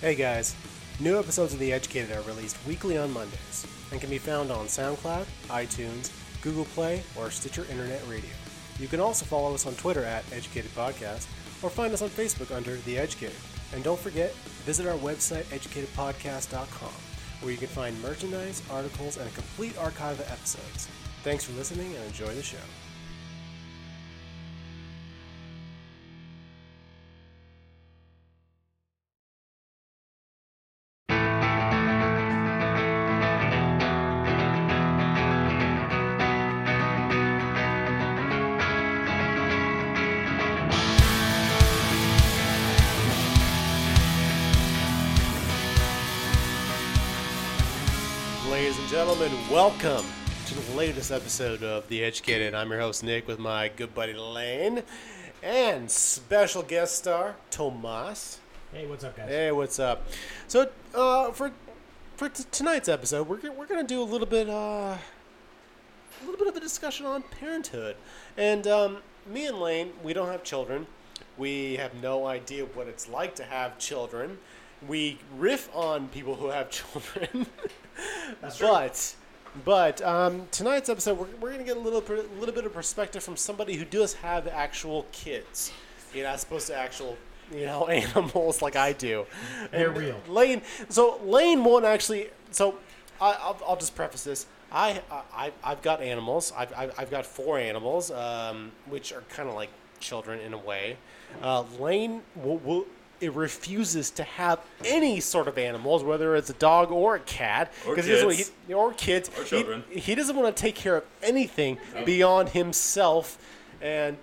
Hey guys, new episodes of The Educated are released weekly on Mondays and can be found on SoundCloud, iTunes, Google Play, or Stitcher Internet Radio. You can also follow us on Twitter at Educated Podcast or find us on Facebook under The Educated. And don't forget, visit our website, educatedpodcast.com, where you can find merchandise, articles, and a complete archive of episodes. Thanks for listening and enjoy the show. Ladies and gentlemen, welcome to the latest episode of The Educated. I'm your host, Nick, with my good buddy Lane and special guest star, Tomas. Hey, what's up, guys? Hey, what's up? So, uh, for for t- tonight's episode, we're, g- we're going to do a little bit uh, a little bit of a discussion on parenthood. And um, me and Lane, we don't have children. We have no idea what it's like to have children. We riff on people who have children. That's true. but but um, tonight's episode, we're, we're going to get a little per, little bit of perspective from somebody who does have actual kids. You're not supposed to actual you know animals like I do. They're And real. Lane. So Lane won't actually. So I, I'll, I'll just preface this. I, I I've got animals. I've I've, I've got four animals, um, which are kind of like children in a way. Uh, Lane will. will it refuses to have any sort of animals, whether it's a dog or a cat, Or he doesn't wanna- kids. he- or kids, Or children. He, he doesn't want to take care of anything beyond himself, and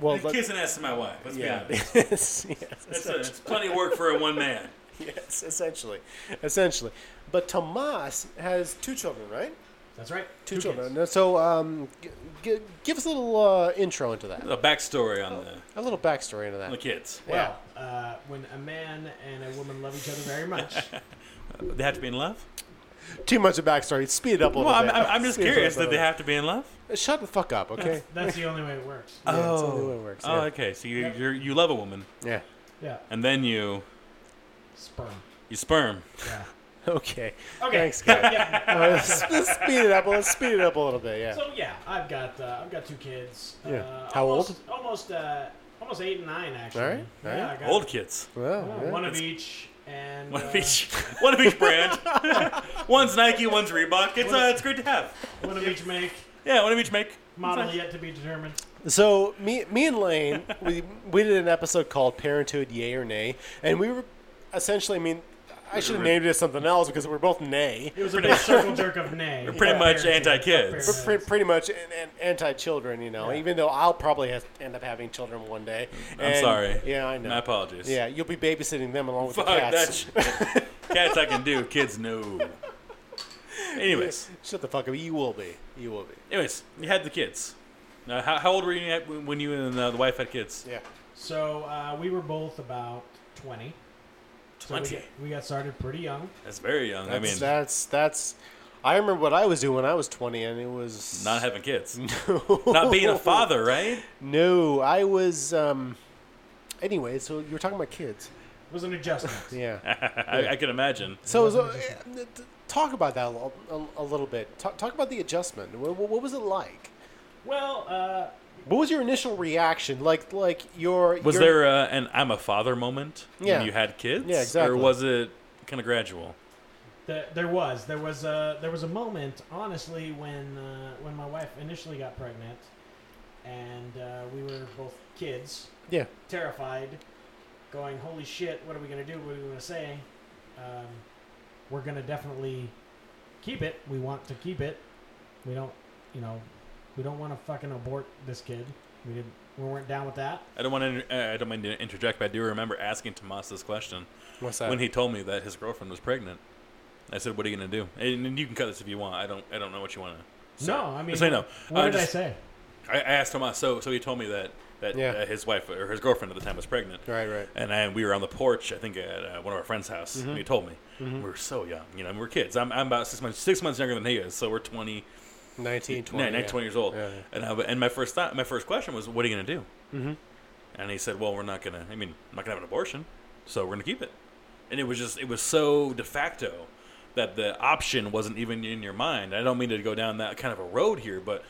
well, Well, kissing ass to my wife. Let's yeah, be honest. yes, That's, a, that's plenty of work for a one man. Yes, essentially, essentially. But Tomas has two children, right? That's right. Two, kids. children. So, um, g- g- give us a little uh, intro into that, A backstory on a the, little backstory into that. on the kids. Well, uh, when a man and a woman love each other very much, They have to be in love. Too much of backstory. Speed it up a Well, little I'm, bit. I'm, I'm just Speed it up a curious. Did little they have to be in love? bit. Shut the fuck up, okay? that's the only way it works. Yeah, it's the only way it works, Oh, yeah. okay. So you you're, you love a woman, yeah. Yeah, and then you sperm. you sperm. Yeah. Okay. Okay. Thanks, guys. yeah. All right, let's, let's speed it up. Let's speed it up a little bit. Yeah. So yeah, I've got uh, I've got two kids. Yeah. Uh, How old? almost, Almost uh, almost eight and nine actually. All right, all Yeah, right. I got Old kids. well, uh, yeah. one of each and One of uh, each. One of each brand. one's Nike. One's Reebok. It's uh, it's great to have. one of each make Yeah, one of each make. model yet to be determined. So me, me and Lane, we we did an episode called Parenthood, Yay or Nay, and we were essentially, I mean, I should have named it something else because we're both nay. It was a big circle jerk of nay. You're pretty Yeah. much Parents, anti-kids. yeah. Pretty, pretty much an, an anti-children, you know. Yeah. Even though I'll probably have, end up having children one day. I'm And- sorry. Yeah, I know. My apologies. Yeah, you'll be babysitting them along with Fuck the cats. that. sh- cats I can do. Kids no. Anyways. Shut the fuck up. You will be. You will be. Anyways, you had the kids. Now, how, how old were you at when when you and uh, the wife had kids? Yeah. So uh, we were both about twenty. So we 20. got- we got started pretty young. That's very young. That's, I mean, that's that's. I remember what I was doing when I was 20, and it was not having kids. Not being a father, right? No, I was. um Anyway, so you were talking about kids. It was an adjustment. Yeah. I, I can imagine. So, so uh, t- talk about that a, lo- a, a little bit. Talk, talk about the adjustment. What, what was it like? well, uh, What was your initial reaction? Like, like your Was your- there uh, an I'm a father moment Yeah. when you had kids? Yeah, exactly. Or was it kind of gradual? th- there was there was a there was a moment, honestly, when uh, when my wife initially got pregnant, and uh, we were both kids, Yeah. terrified, going, "Holy shit! What are we gonna do? What are we gonna say? Um, we're gonna definitely keep it. We want to keep it. We don't, you know, we don't want to fucking abort this kid. We didn't. We weren't down with that. I don't want to. Uh, I don't mind to interject, but I do remember asking Tomas this question What's that? when he told me that his girlfriend was pregnant. I said, "What are you gonna do?" And, and you can cut this if you want. I don't. I don't know what you want to. no, I mean, just say no. What Uh, did I just- say? I, I asked Tomas. So, so he told me that that Yeah. uh, his wife or his girlfriend at the time was pregnant. right, right. and I, we were on the porch, I think, at uh, one of our friends' house, and Mm-hmm. he told me we were so young. You know, and we were kids. I'm, I'm about six months six months younger than he is, so we're 20, 19, 20. 20, 19, 20 years old. Yeah, yeah. And I, and my first thought, my first question was, "What are you gonna do?" Mm-hmm. And he said, "Well, we're not gonna. I mean, I'm not gonna have an abortion, so we're gonna keep it." and it was just it was so de facto that the option wasn't even in your mind. I don't mean to go down that kind of a road here, but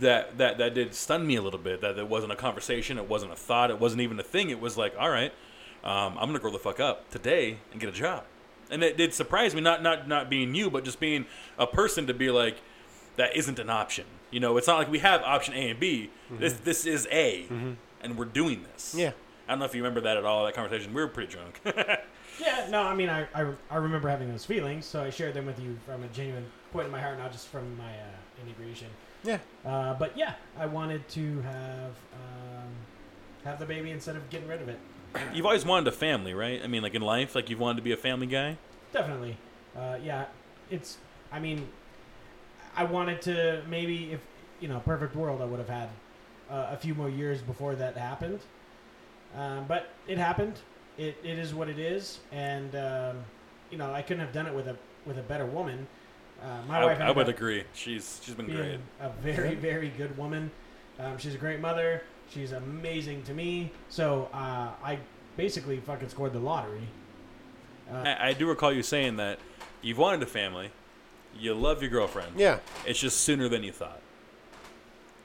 that that that did stun me a little bit. That it wasn't a conversation, it wasn't a thought, it wasn't even a thing. It was like, all right, um, I'm gonna grow the fuck up today and get a job. And it did surprise me, not not not being you, but just being a person to be like, that isn't an option. You know, it's not like we have option A and B. This this is A, and we're doing this. Yeah. I don't know if you remember that at all. That conversation, we were pretty drunk. Yeah, no, I mean, I, I, I remember having those feelings, so I shared them with you from a genuine point in my heart, not just from my uh, inebriation. Yeah. Uh, but yeah, I wanted to have um, have the baby instead of getting rid of it. You've always wanted a family, right? I mean, like in life, like you've wanted to be a family guy. Definitely. Uh, yeah, it's. I mean, I wanted to maybe if you know perfect world, I would have had uh, a few more years before that happened. Um, but it happened. It, it is what it is, and um, you know I couldn't have done it with a with a better woman. Uh, my I, wife. I ended would up- agree. She's she's been great. being a very, very good woman. Um, she's a great mother. She's amazing to me. So uh, I basically fucking scored the lottery. Uh, I, I do recall you saying that you've wanted a family, you love your girlfriend. Yeah. It's just sooner than you thought.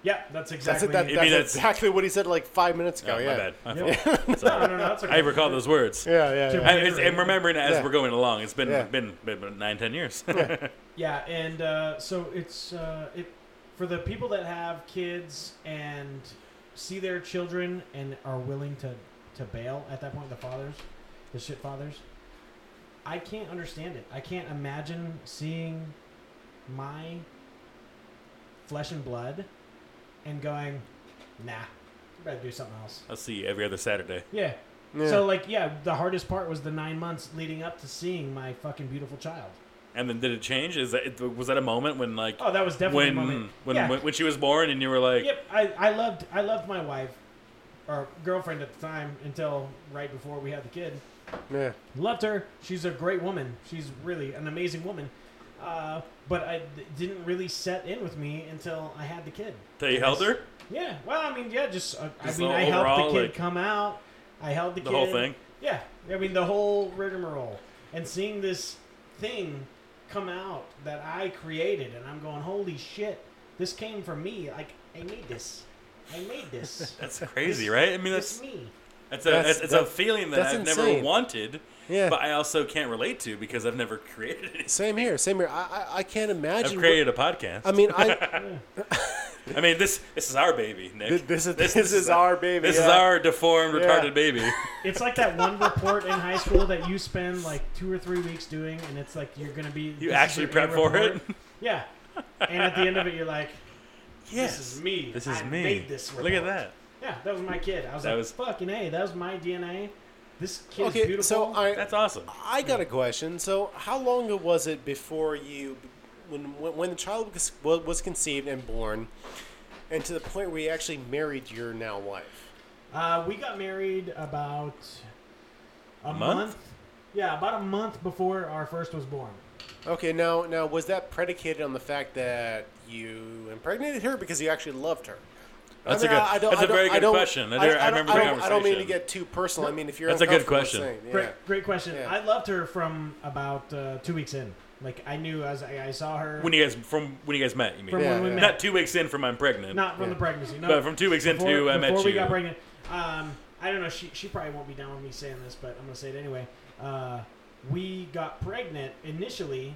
yeah, That's, that's exactly. it, that, Maybe that's, that's- exactly what he said like five minutes ago. Oh, yeah. My bad. My Yep. fault. no, no, no, that's okay. I recall those words. Yeah, yeah, To yeah. I, it's, I'm remembering it as Yeah. we're going along. It's been Yeah. been, been, been nine, ten years. Yeah, and uh, so it's uh, it for the people that have kids and see their children and are willing to to bail at that point. The fathers, the shit fathers. I can't understand it. I can't imagine seeing my flesh and blood and going, nah, I better do something else. I'll see you every other Saturday. Yeah. Yeah. So like, yeah, the hardest part was the nine months leading up to seeing my fucking beautiful child. And then did it change? Is that it- was that a moment when like Oh, that was definitely when a moment. when, yeah. when when she was born and you were like Yep, I, I loved I loved my wife or girlfriend at the time until right before we had the kid. yeah. Loved her. She's a great woman. She's really an amazing woman. Uh, but I d- didn't really set in with me until I had the kid. that you held her Yeah. Well, I mean, yeah, just, uh, Just I mean, the I helped overall, the kid like- come out. I held the, the kid. whole thing? Yeah, I mean the whole rigmarole, and seeing this thing come out that I created, and I'm going, holy shit, this came from me. Like I made this, I made this. That's crazy, right? I mean, It's that's me. that's a That's- that's, it's a that- feeling that that's I've insane. never wanted, Yeah. but I also can't relate to because I've never created it. Same here. Same here. I, I, I can't imagine. I've what- created a podcast. I mean, I. I mean, this this is our baby, Nick. Th- this is- this is our baby, This is yeah. our deformed, Yeah. retarded baby. It's like that one report in high school that you spend like two or three weeks doing, and it's like you're gonna be. this is actually your A prep for it? report. Yeah, and at the end of it, you're like, Yes, is me. This is I me. made this Look at report. that. yeah, that was my kid. I was That like, was- fucking a, that was my DNA. This kid is Okay, beautiful. so I. That's awesome. I got a question. So, how long ago was it before you, when when, when the child was, was conceived and born, and to the point where you actually married your now wife? Uh, we got married about a month? Month? Yeah, about a month before our first was born. Okay, now now was that predicated on the fact that you impregnated her because you actually loved her? That's a good- don't- that's a don't- very good I don't- question. I do- I don't- remember I the don't, I don't mean to conversation. get too personal. I mean, if you're That's a good uncomfortable with question. saying- yeah. Great, great question. Yeah. I loved her from about uh, two weeks in. Like I knew as I, I saw her When you guys from when you guys met, you mean? from Yeah, when we yeah. met, Not two weeks in from I'm pregnant, not from Yeah. the pregnancy. No, but from two weeks before, into I met before you. we got pregnant. Um, I don't know. She she probably won't be down with me saying this, but I'm gonna say it anyway. Uh, we got pregnant initially,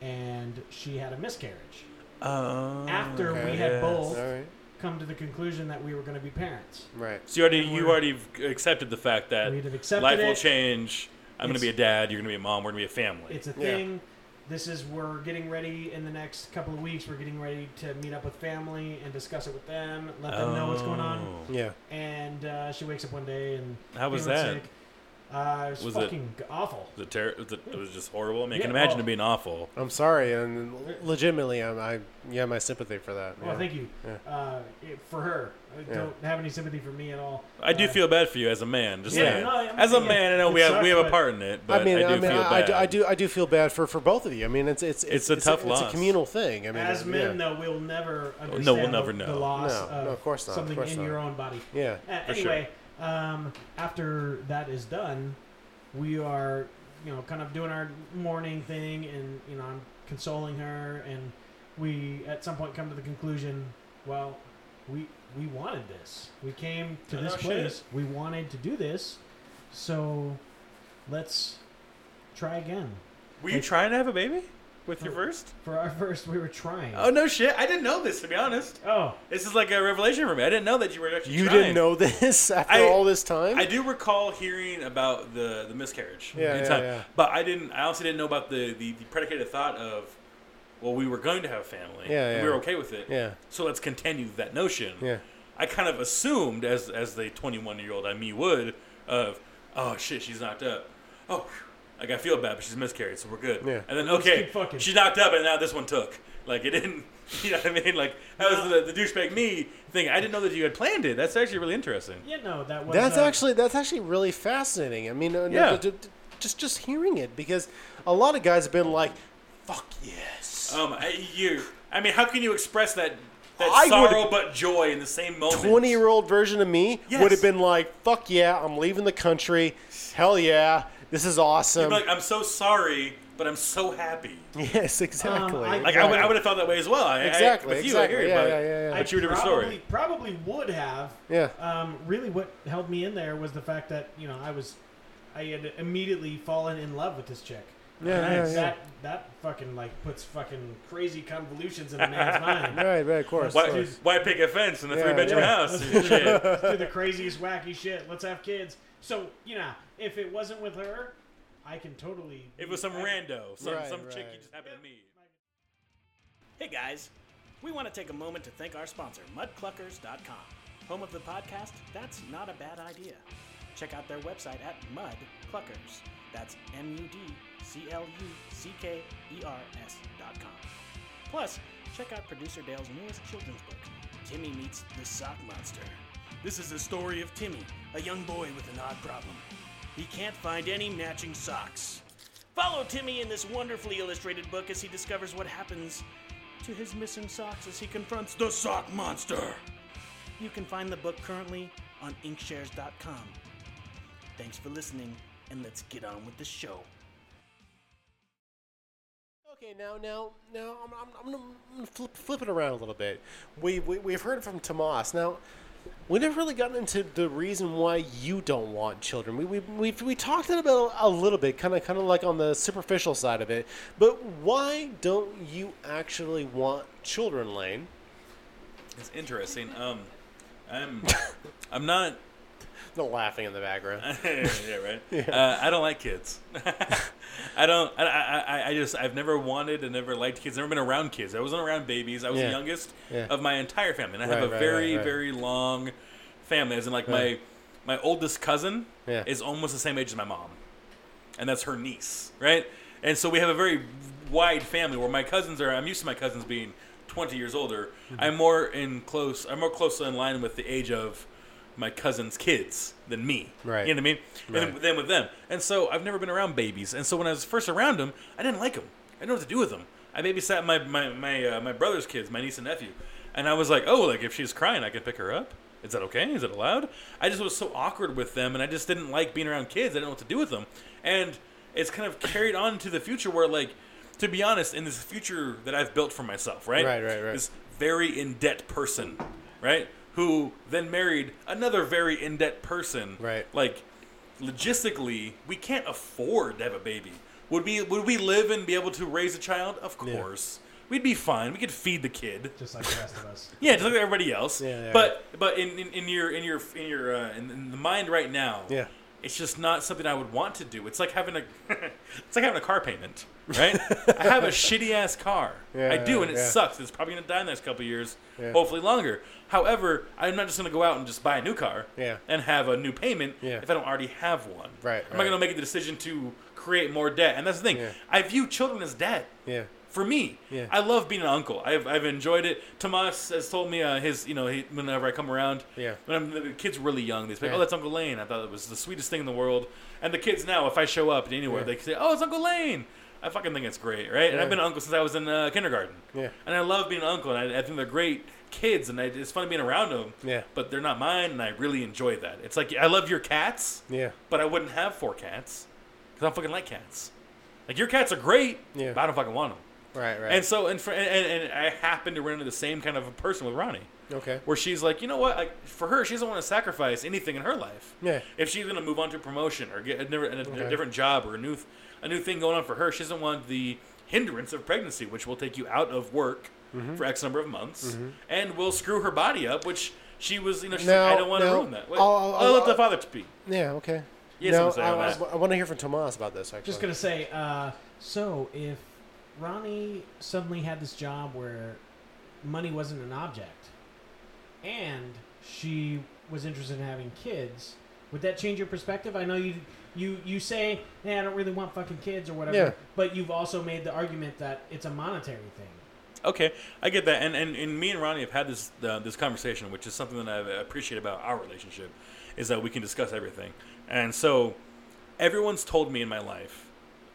and she had a miscarriage. Oh, After we okay. had yes. both All right, come to the conclusion that we were going to be parents. right. So you already And you we're- already accepted the fact that We'd have accepted life will it. change. I'm going to be a It's- dad. You're going to be a mom. We're going to be a family. It's a Yeah. thing. This is we're getting ready in the next couple of weeks. We're getting ready to meet up with family and discuss it with them. Let them know what's going on. Oh. Yeah. And uh, she wakes up one day and How was feeling that? sick. Uh, it was, Was it- fucking awful. Was it, ter- was it, it was just horrible. I mean, I Yeah, can imagine well- it being awful. I'm sorry, and legitimately, I'm, I yeah, my sympathy for that. Well, yeah. Oh, thank you Yeah. uh, it- for her. I Yeah. don't have any sympathy for me at all. I do Uh, feel bad for you as a man. Just Yeah, saying. no, I mean, as a yeah, man, I know it we have sucks, we have a but- part in it, but I mean, do I, mean feel I, I bad. do, I do I do feel bad for, for both of you. I mean, it's it's It's a tough it's a loss. communal thing. I mean, As it- men, yeah. though, we'll never understand we'll never the, know. the loss No, of, no, of course not, of something course in not. your own body. yeah, Uh, For sure. anyway, um, after that is done, we are you know, kind of doing our morning thing, and you know, I'm consoling her, and we at some point come to the conclusion, well, we we wanted this. We came to No, this Oh, no shit. place. We wanted to do this, so let's try again. Were you trying to have a baby with your Oh. first? For our first, we were trying. Oh no shit! I didn't know this to be honest. Oh, This is like a revelation for me. I didn't know that you were actually. You trying. didn't know this after I- all this time? I do recall hearing about the the miscarriage. Yeah, in yeah, time, yeah. But I didn't. I also didn't know about the, the the predicated thought of, well, we were going to have a family. Yeah, and yeah. We were okay with it. yeah, So let's continue that notion. yeah. I kind of assumed, as as the 21 year old I me would, of oh shit, she's knocked up. Oh, phew. like I feel bad, but she's miscarried, so we're good. Yeah. And then Let's okay, keep fucking. she's knocked up, and now this one took. Like it didn't. You know what I mean? Like that was the, the douchebag me thing. I didn't know that you had planned it. That's actually really interesting. yeah, no, that was. That's uh, actually that's actually really fascinating. I mean, uh, no, Yeah. d- d- just just hearing it because a lot of guys have been like, "Fuck yes." Um, I, you. I mean, how can you express that that I would- sorrow but joy in the same moment? 20 year old version of me Oh, Yes. would have been like, fuck yeah, I'm leaving the country. Hell yeah, this is awesome. Like I'm so sorry, but I'm so happy. yes, exactly. Um, I- Like I, would, I would have felt that way as well. I, I- Exactly, with you, exactly. I hear you, Yeah, but- yeah, yeah, yeah. I But you were different probably, story. Probably would have. Yeah. Um, really, what held me in there was the fact that you know I was, I had immediately fallen in love with this chick. Yeah, And yeah, yeah. That that fucking like puts fucking crazy convolutions in a man's mind. Right, right, of course. of Why, course. why pick a fence in a Yeah, three bedroom yeah. house? Let's and shit? Let's do the craziest, wacky shit. Let's have kids. So you know, if it wasn't with her, I can totally. It was some I- rando, some, Right, some chick right. you just happened to meet. Hey guys, we want to take a moment to thank our sponsor, mudcluckers.com, home of the podcast That's Not a Bad Idea. Check out their website at mudcluckers. That's M U D C L U C K E R S.com. Plus, check out producer Dale's newest children's book, Timmy Meets the Sock Monster. This is the story of Timmy, a young boy with an odd problem. He can't find any matching socks. Follow Timmy in this wonderfully illustrated book as he discovers what happens to his missing socks as he confronts the sock monster. You can find the book currently on inkshares.com. Thanks for listening, and let's get on with the show. Okay, now, now, now, I'm, I'm, I'm gonna- I'm gonna flip, flip it around a little bit. We, we we've heard from Tomas. Now, we never really gotten into the reason why you don't want children. We we we we talked about it a little bit, kind of kind of like on the superficial side of it. But why don't you actually want children, Lane? It's interesting. Um, I'm, I'm not. No laughing in the background. yeah, right. Uh, I don't like kids. I don't. I, I, I- I just. I've never wanted and never liked kids. Never been around kids. I wasn't around babies. I was Yeah. the youngest Yeah. of my entire family. And I Right, have a right, very, right, right. very long family. As in, like Right. my my oldest cousin Yeah. is almost the same age as my mom, and that's her niece, right? And so we have a very wide family where my cousins are. I'm used to my cousins being 20 years older. Mm-hmm. I'm more in close. I'm more closely in line with the age of my cousin's kids than me. Right. You know what I mean? And Right. then with them. And so I've never been around babies. And so when I was first around them, I didn't like them. I didn't know what to do with them. I babysat my my my, uh, my brother's kids, my niece and nephew, and I was like, oh, like if she's crying, I can pick her up. Is that okay? Is it allowed? I just was so awkward with them, and I just didn't like being around kids. I didn't know what to do with them, and it's kind of carried on to the future where like. To be honest, in this future that I've built for myself, right? Right, right, right. This very in debt person, right? Who then married another very in debt person, Right. like logistically we can't afford to have a baby would we would we live and be able to raise a child of course we'd be fine we could feed the kid Just like the rest of us. yeah just like everybody else Yeah, yeah. but but in, in, in your in your in your uh, in, in the mind right now Yeah. it's just not something i would want to do it's like having a it's like having a car payment right i have a shitty ass car Yeah, i do and it yeah. sucks it's probably going to die in the next couple years Yeah. hopefully longer however i'm not just going to go out and just buy a new car Yeah. and have a new payment Yeah. if i don't already have one Right, right. i'm not going to make the decision to create more debt and that's the thing Yeah. i view children as debt Yeah. for me. Yeah. I love being an uncle. I've, I've enjoyed it. Tomas has told me uh, his you know he, whenever I come around. Yeah. When I'm, the kid's really young, they say, Yeah. "Oh, that's Uncle Lane." I thought it was the sweetest thing in the world. And the kids now, if I show up anywhere, Yeah. they say, "Oh, it's Uncle Lane." I fucking think it's great, right? And Yeah. I've been an uncle since I was in uh, kindergarten. Yeah. And I love being an uncle, and I, I think they're great kids, and I, it's fun being around them. Yeah. But they're not mine, and I really enjoy that. It's like I love your cats. Yeah. But I wouldn't have four cats. 'cause 'Cause I don't fucking like cats. Like your cats are great, Yeah. but I don't fucking want them. Right, right. And so, and, for, and and and I happened to run into the same kind of a person with Ronnie, okay. where she's like, you know what? Like for her, she doesn't want to sacrifice anything in her life. Yeah. If she's gonna move on to a promotion or get a, never- a, Okay. a different job or a new th- a new thing going on for her, she doesn't want the hindrance of pregnancy, which will take you out of work Mm-hmm. for X number of months and will screw her body up, which. She was, you know, she's like, No, I don't want no. to ruin that. Wait, I'll- I'll- I'll let I'll- the father speak. Yeah, okay. Yes, no, I'm saying I, that. want to hear from Tomas about this, actually. Just gonna say, uh, so if Ronnie suddenly had this job where money wasn't an object, and she was interested in having kids, would that change your perspective? I know you you you say, "Hey, I don't really want fucking kids" or whatever, Yeah. but you've also made the argument that it's a monetary thing. Okay, I get that, and and, and me and Ronnie have had this uh, this conversation, which is something that I appreciate about our relationship, is that we can discuss everything, and so everyone's told me in my life,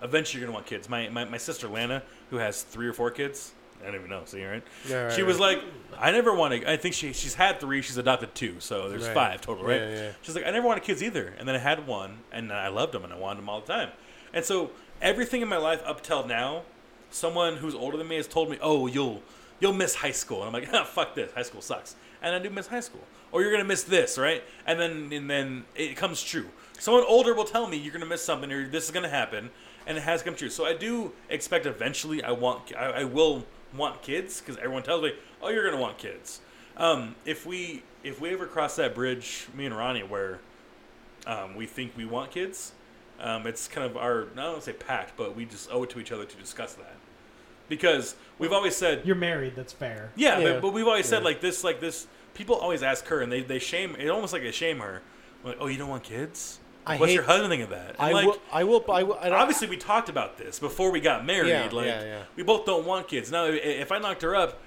eventually you're gonna want kids. My my, my sister Lana, who has three or four kids, I don't even know, see right? Yeah, right, she was like, I never wanted. I think she she's had three, she's adopted two, so there's Right. five total, right? Yeah, yeah. She's like, I never wanted kids either, and then I had one, and I loved them, and I wanted them all the time, and so everything in my life up till now someone who's older than me has told me, "Oh, you'll you'll miss high school," and I'm like, ah, "Fuck this, high school sucks," and I do miss high school. Or you're gonna miss this, right? And then and then it comes true. Someone older will tell me you're gonna miss something or this is gonna happen, and it has come true. So I do expect eventually I want I, I will want kids because everyone tells me, "Oh, you're gonna want kids." Um, if we if we ever cross that bridge, me and Ronnie, where um, we think we want kids. Um, it's kind of our, I don't want to say pact, but we just owe it to each other to discuss that. Because we've always said, You're married, that's fair. yeah, Yeah. But, but we've always said Yeah. like this, like this. People always ask her, and they, they shame. It almost like they shame her. Like, oh, you don't want kids? I What's hate- your husband think of that? And, I, like, will, I will. I will. I don't- obviously we talked about this before we got married. Yeah, like yeah, yeah. we both don't want kids. Now, i- if I knocked her up,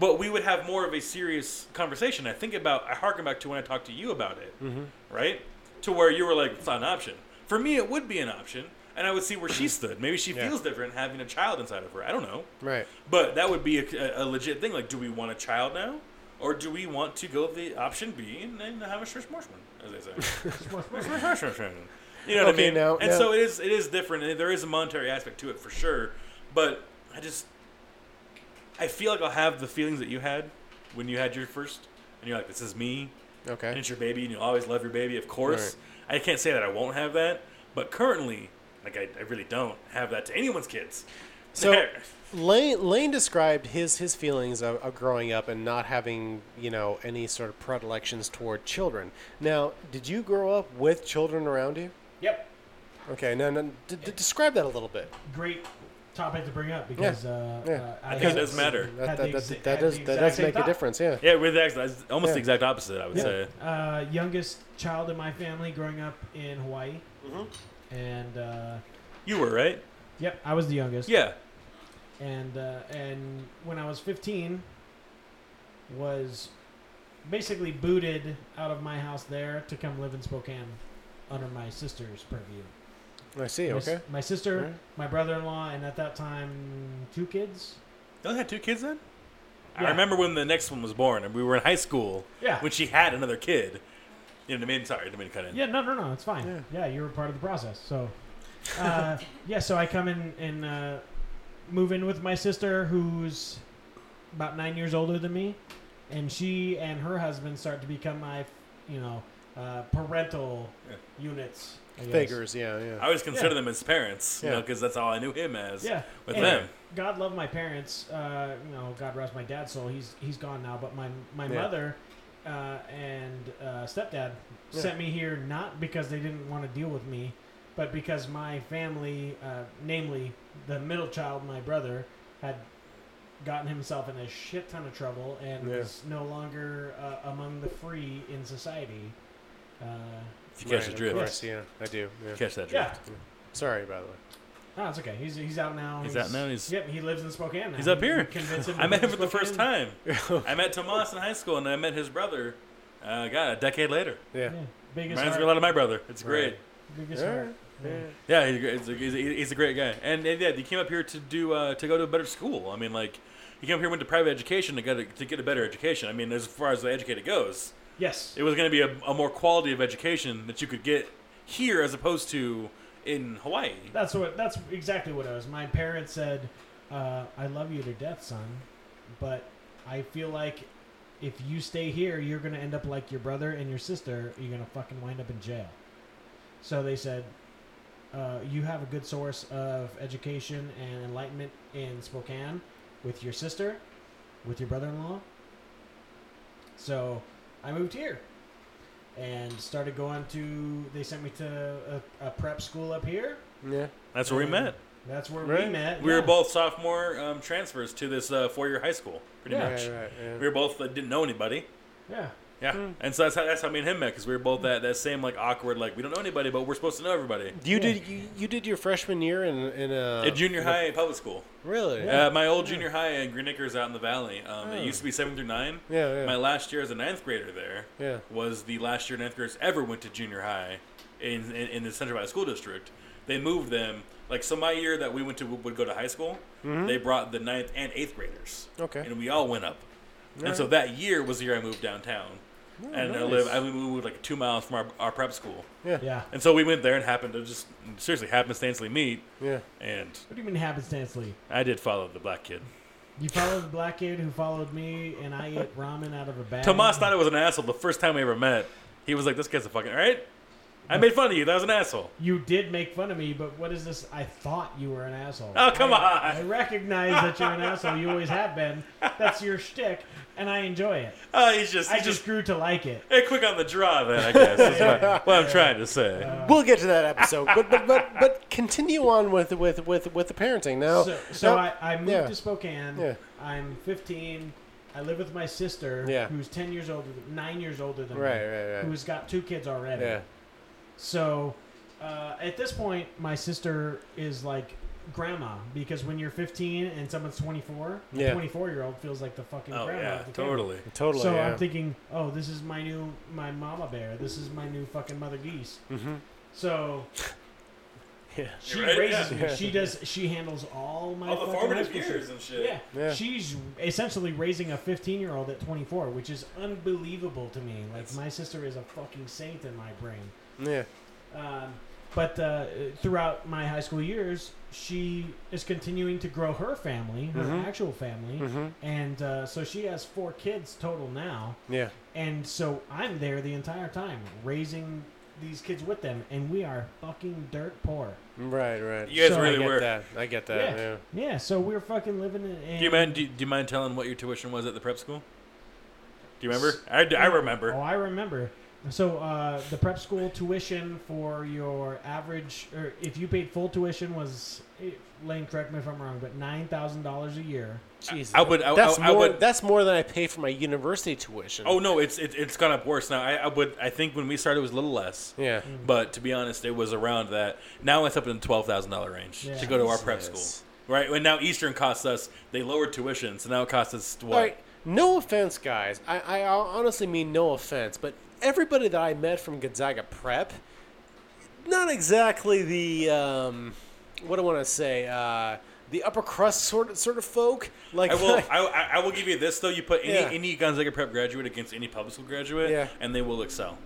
but we would have more of a serious conversation. I think about, I harken back to when I talked to you about it, mm-hmm. right? To where you were like, it's not an option. For me, it would be an option, and I would see where she stood. Maybe she Yeah. feels different having a child inside of her. I don't know. Right. But that would be a, a legit thing. Like, do we want a child now? Or do we want to go the option B and, and have a Swiss marshmallow, as they say? you know what Okay, I mean? now- and now- so it is. It is different. and There is a monetary aspect to it for sure. But I just, I feel like I'll have the feelings that you had when you had your first, and you're like, "This is me," and Okay. it's your baby, and you'll always love your baby, of course. I can't say that I won't have that, but currently, like, I, I really don't have that to anyone's kids. So Lane Lane described his his feelings of, of growing up and not having you know any sort of predilections toward children. Now, did you grow up with children around you? Yep. Okay. Now, now d- d- describe that a little bit. Great topic to bring up because Yeah. uh, Yeah. Uh, I I think it had- does matter. That Had that, the that, exa- that had does the that exact does same make a thought. difference. Yeah. Yeah, we're the ex- almost Yeah. the exact opposite, I would Yeah. say. uh, youngest child in my family growing up in Hawaii. Mm-hmm. And uh, You were, right? yep, I was the youngest. Yeah. And uh, and when I was 15, was basically booted out of my house there to come live in Spokane under my sister's purview. I see. My, Okay. Mm-hmm. s- my sister, Alright. my brother-in-law, and at that time two kids. You only had two kids then? I Yeah. remember when the next one was born, and we were in high school Yeah. when she had another kid. You know what I mean? Sorry, I didn't mean to cut in. Yeah, no, no, no, it's fine. Yeah. Yeah, you were part of the process. So, uh, yeah, so I come in and uh, move in with my sister, who's about nine years older than me, and she and her husband start to become my, you know, uh, parental Yeah. units. I guess. Figures. Yeah. I Yeah. always consider Yeah. them as parents, you Yeah. know, because that's all I knew him as. Yeah. With And them. God love my parents. Uh, you know, God rest my dad's soul. He's he's gone now, but my my Yeah. mother uh, and uh, stepdad Yeah. sent me here not because they didn't want to deal with me, but because my family, uh, namely the middle child, my brother, had gotten himself in a shit ton of trouble and Yeah. was no longer uh, among the free in society. Uh, If you catch the Right, drift. Of course, yeah, I do. Yeah. Catch that yeah, drift. Sorry, by the way. no, it's okay. He's, he's out now. He's out now, he's- yep. He lives in Spokane now. He's up here. Convince him to I met him live for in the first Spokane. time. I met Tomas in high school, and I met his brother, uh, God, a decade later. Yeah. Yeah, biggest Reminds me a heart. lot of my brother. It's great. Right. biggest Yeah. heart. Yeah. Yeah, he's a, great- he's a, he's a- he's a great guy, and, and yeah, he came up here to do uh, to go to a better school. I mean, like he came up here, went to private education to get a, to get a better education. I mean, as far as the educated goes, Yes. it was going to be a, a more quality of education that you could get here as opposed to in Hawaii. That's what. That's exactly what it was. My parents said, uh, "I love you to death, son, but I feel like if you stay here, you're gonna end up like your brother and your sister. You're gonna fucking wind up in jail." So they said, uh, "You have a good source of education and enlightenment in Spokane with your sister, with your brother-in-law." So I moved here and started going to. They sent me to a, a prep school up here. Yeah. That's where we And met. That's where Right. we met. We were yeah. both sophomore um, transfers to this uh, four-year high school, pretty Yeah. much. Right, right, yeah. We were both uh, didn't know anybody. Yeah. Yeah, Hmm. and so that's how, that's how me and him met because we were both that, that same like awkward like we don't know anybody but we're supposed to know everybody. You Yeah. did you, you did your freshman year in in a At junior high public school, Really? Yeah. uh, my old junior high in Green Acres out in the valley. Um, It used to be seven through nine. Oh. Yeah, yeah. My last year as a ninth grader there Yeah. was the last year ninth graders ever went to junior high in in, in the Central Valley School District. They moved them like so. My year that we went to would go to high school. They brought the ninth and eighth graders. Mm-hmm. Okay. and we all went up. And so that year was the year I moved downtown, and I Oh, nice. live. I moved like two miles from our, our prep school. Yeah. Yeah. And so we went there and happened to just seriously happenstancely meet. Yeah. And What do you mean happenstance, Lee? I did follow the black kid. You followed the black kid who followed me, and I ate ramen out of a bag. Tomas thought I was an asshole the first time we ever met. He was like, "This guy's a fucking all right." I made fun of you. That was an asshole. You did make fun of me, but what is this? I thought you were an asshole. Oh come I on! recognize that you're an asshole. You always have been. That's your shtick, and I enjoy it. Oh, he's just I he's just just, grew to like it. eh, quick on the draw. Then I guess is what, what I'm trying to say. We'll get to that episode, but but but, but continue on with with with with the parenting now. So, so now- I, I moved yeah. to Spokane. Yeah. I'm 15. I live with my sister, Yeah. who's 10 years older, th- nine years older than Right, me, right, right. who's got two kids already. yeah. So uh, at this point, my sister is like grandma because when you're 15 and someone's 24, Yeah. a 24 year old feels like the fucking Oh grandma. yeah, of the family. totally. Totally. So yeah. I'm thinking, oh, this is my new my mama bear. This is my new fucking mother geese. Mm-hmm. So Yeah. she Right, raises yeah. me. She does. She handles all my All the fucking formative high school years shit. and shit. Yeah. Yeah. she's essentially raising a 15 year old at 24, which is unbelievable to me. Like my sister is a fucking saint in my brain. yeah. Um, but uh, throughout my high school years, she is continuing to grow her family, her actual family, and uh, so she has four kids total now. Yeah. And so I'm there the entire time, raising these kids with them, and we are fucking dirt poor. Right, right. You guys So I I really get were. that. I get that. Yeah. yeah. So we're fucking living in. in Do you mind? Do, do you mind telling what your tuition was at the prep school? Do you remember? I, I Oh, remember. I remember. So uh, the prep school tuition for your average, or if you paid full tuition, was eh, Lane. Correct me if I'm wrong, but nine thousand dollars a year. Jesus. I would- I- that's I- I more. would- That's more than I pay for my university tuition. Oh no, it's it, it's gone up worse now. I, I would I think when we started it was a little less. Yeah. But to be honest, it was around that. Now it's up in the twelve thousand dollar range Yeah. to go to our prep Jesus. school. Right, and now Eastern costs us. They lowered tuition, so now it costs us what? All right. No offense, guys. I, I I honestly mean no offense, but everybody that I met from Gonzaga Prep, not exactly the um, what do I want to say, uh, the upper crust sort of, sort of folk. Like I will. I, I- I will give you this though. You put any Yeah. any Gonzaga prep graduate against any public school graduate, Yeah. and they will excel.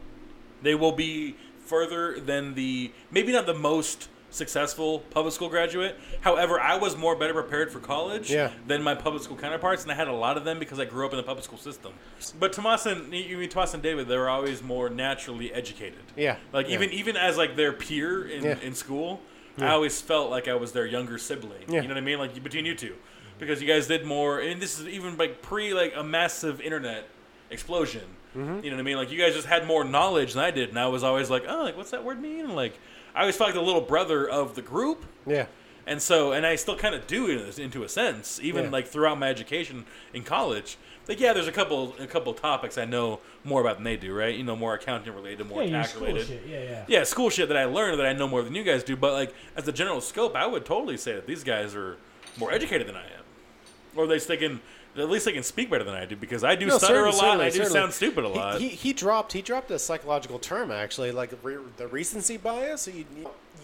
They will be further than the maybe not the most successful public school graduate. However, I was more better prepared for college Yeah. than my public school counterparts, and I had a lot of them because I grew up in the public school system. But Tomas and you mean Tomas and David, they were always more naturally educated. Yeah. Like Yeah. even even as like their peer in, Yeah. in school, I always felt like I was their younger sibling. Yeah. You know what I mean? Like between you two, because you guys did more. And this is even like pre like a massive internet explosion. Mm-hmm. You know what I mean? Like you guys just had more knowledge than I did, and I was always like, oh, like what's that word mean? And, like I always felt like the little brother of the group. yeah. And so, and I still kind of do in a- into a sense, even Yeah. like throughout my education in college. Like, yeah, there's a couple, a couple topics I know more about than they do, right? You know, more accounting related, more yeah, your tax school related. shit. Yeah, yeah. Yeah, school shit that I learned that I know more than you guys do. But like, as the general scope, I would totally say that these guys are more educated than I am, or they they can at least they can speak better than I do because I do stutter a certainly- lot. and I do certainly, certainly. sound stupid a He- lot. He, he, dropped he dropped a psychological term actually, like re, the recency bias. So you,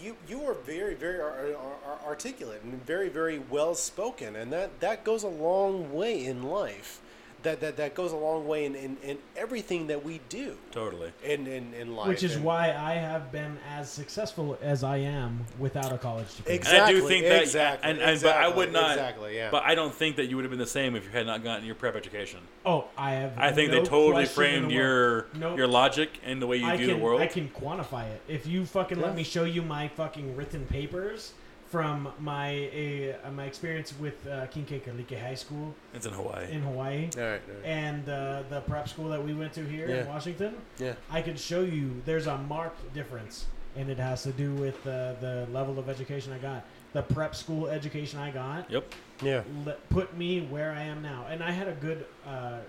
you you are very very ar- ar- ar- articulate and very very well spoken, and that that goes a long way in life. that, that, that goes a long way in, in, in everything that we do Totally. in, in, in life. eh? Which is And- why I have been as successful as I am without a college degree. Ex- And I do Exactly, think that exactly, and, and but I exactly, would not exactly, yeah. But I don't think that you would have been the same if you had not gotten your prep education. oh, I have. I think no they totally question in the framed your world. Nope. your logic and the way you I view can, the world. I can quantify it. If you fucking Yeah. let me show you my fucking written papers from my uh, my experience with uh, Kinkekalike High School it's in Hawaii. in Hawaii All right, all right. and uh, the prep school that we went to here Yeah. in Washington, Yeah. I could show you there's a marked difference, and it has to do with uh, the level of education I got. The prep school education I got yep. Yeah. le- put me where I am now. And I had a good, uh,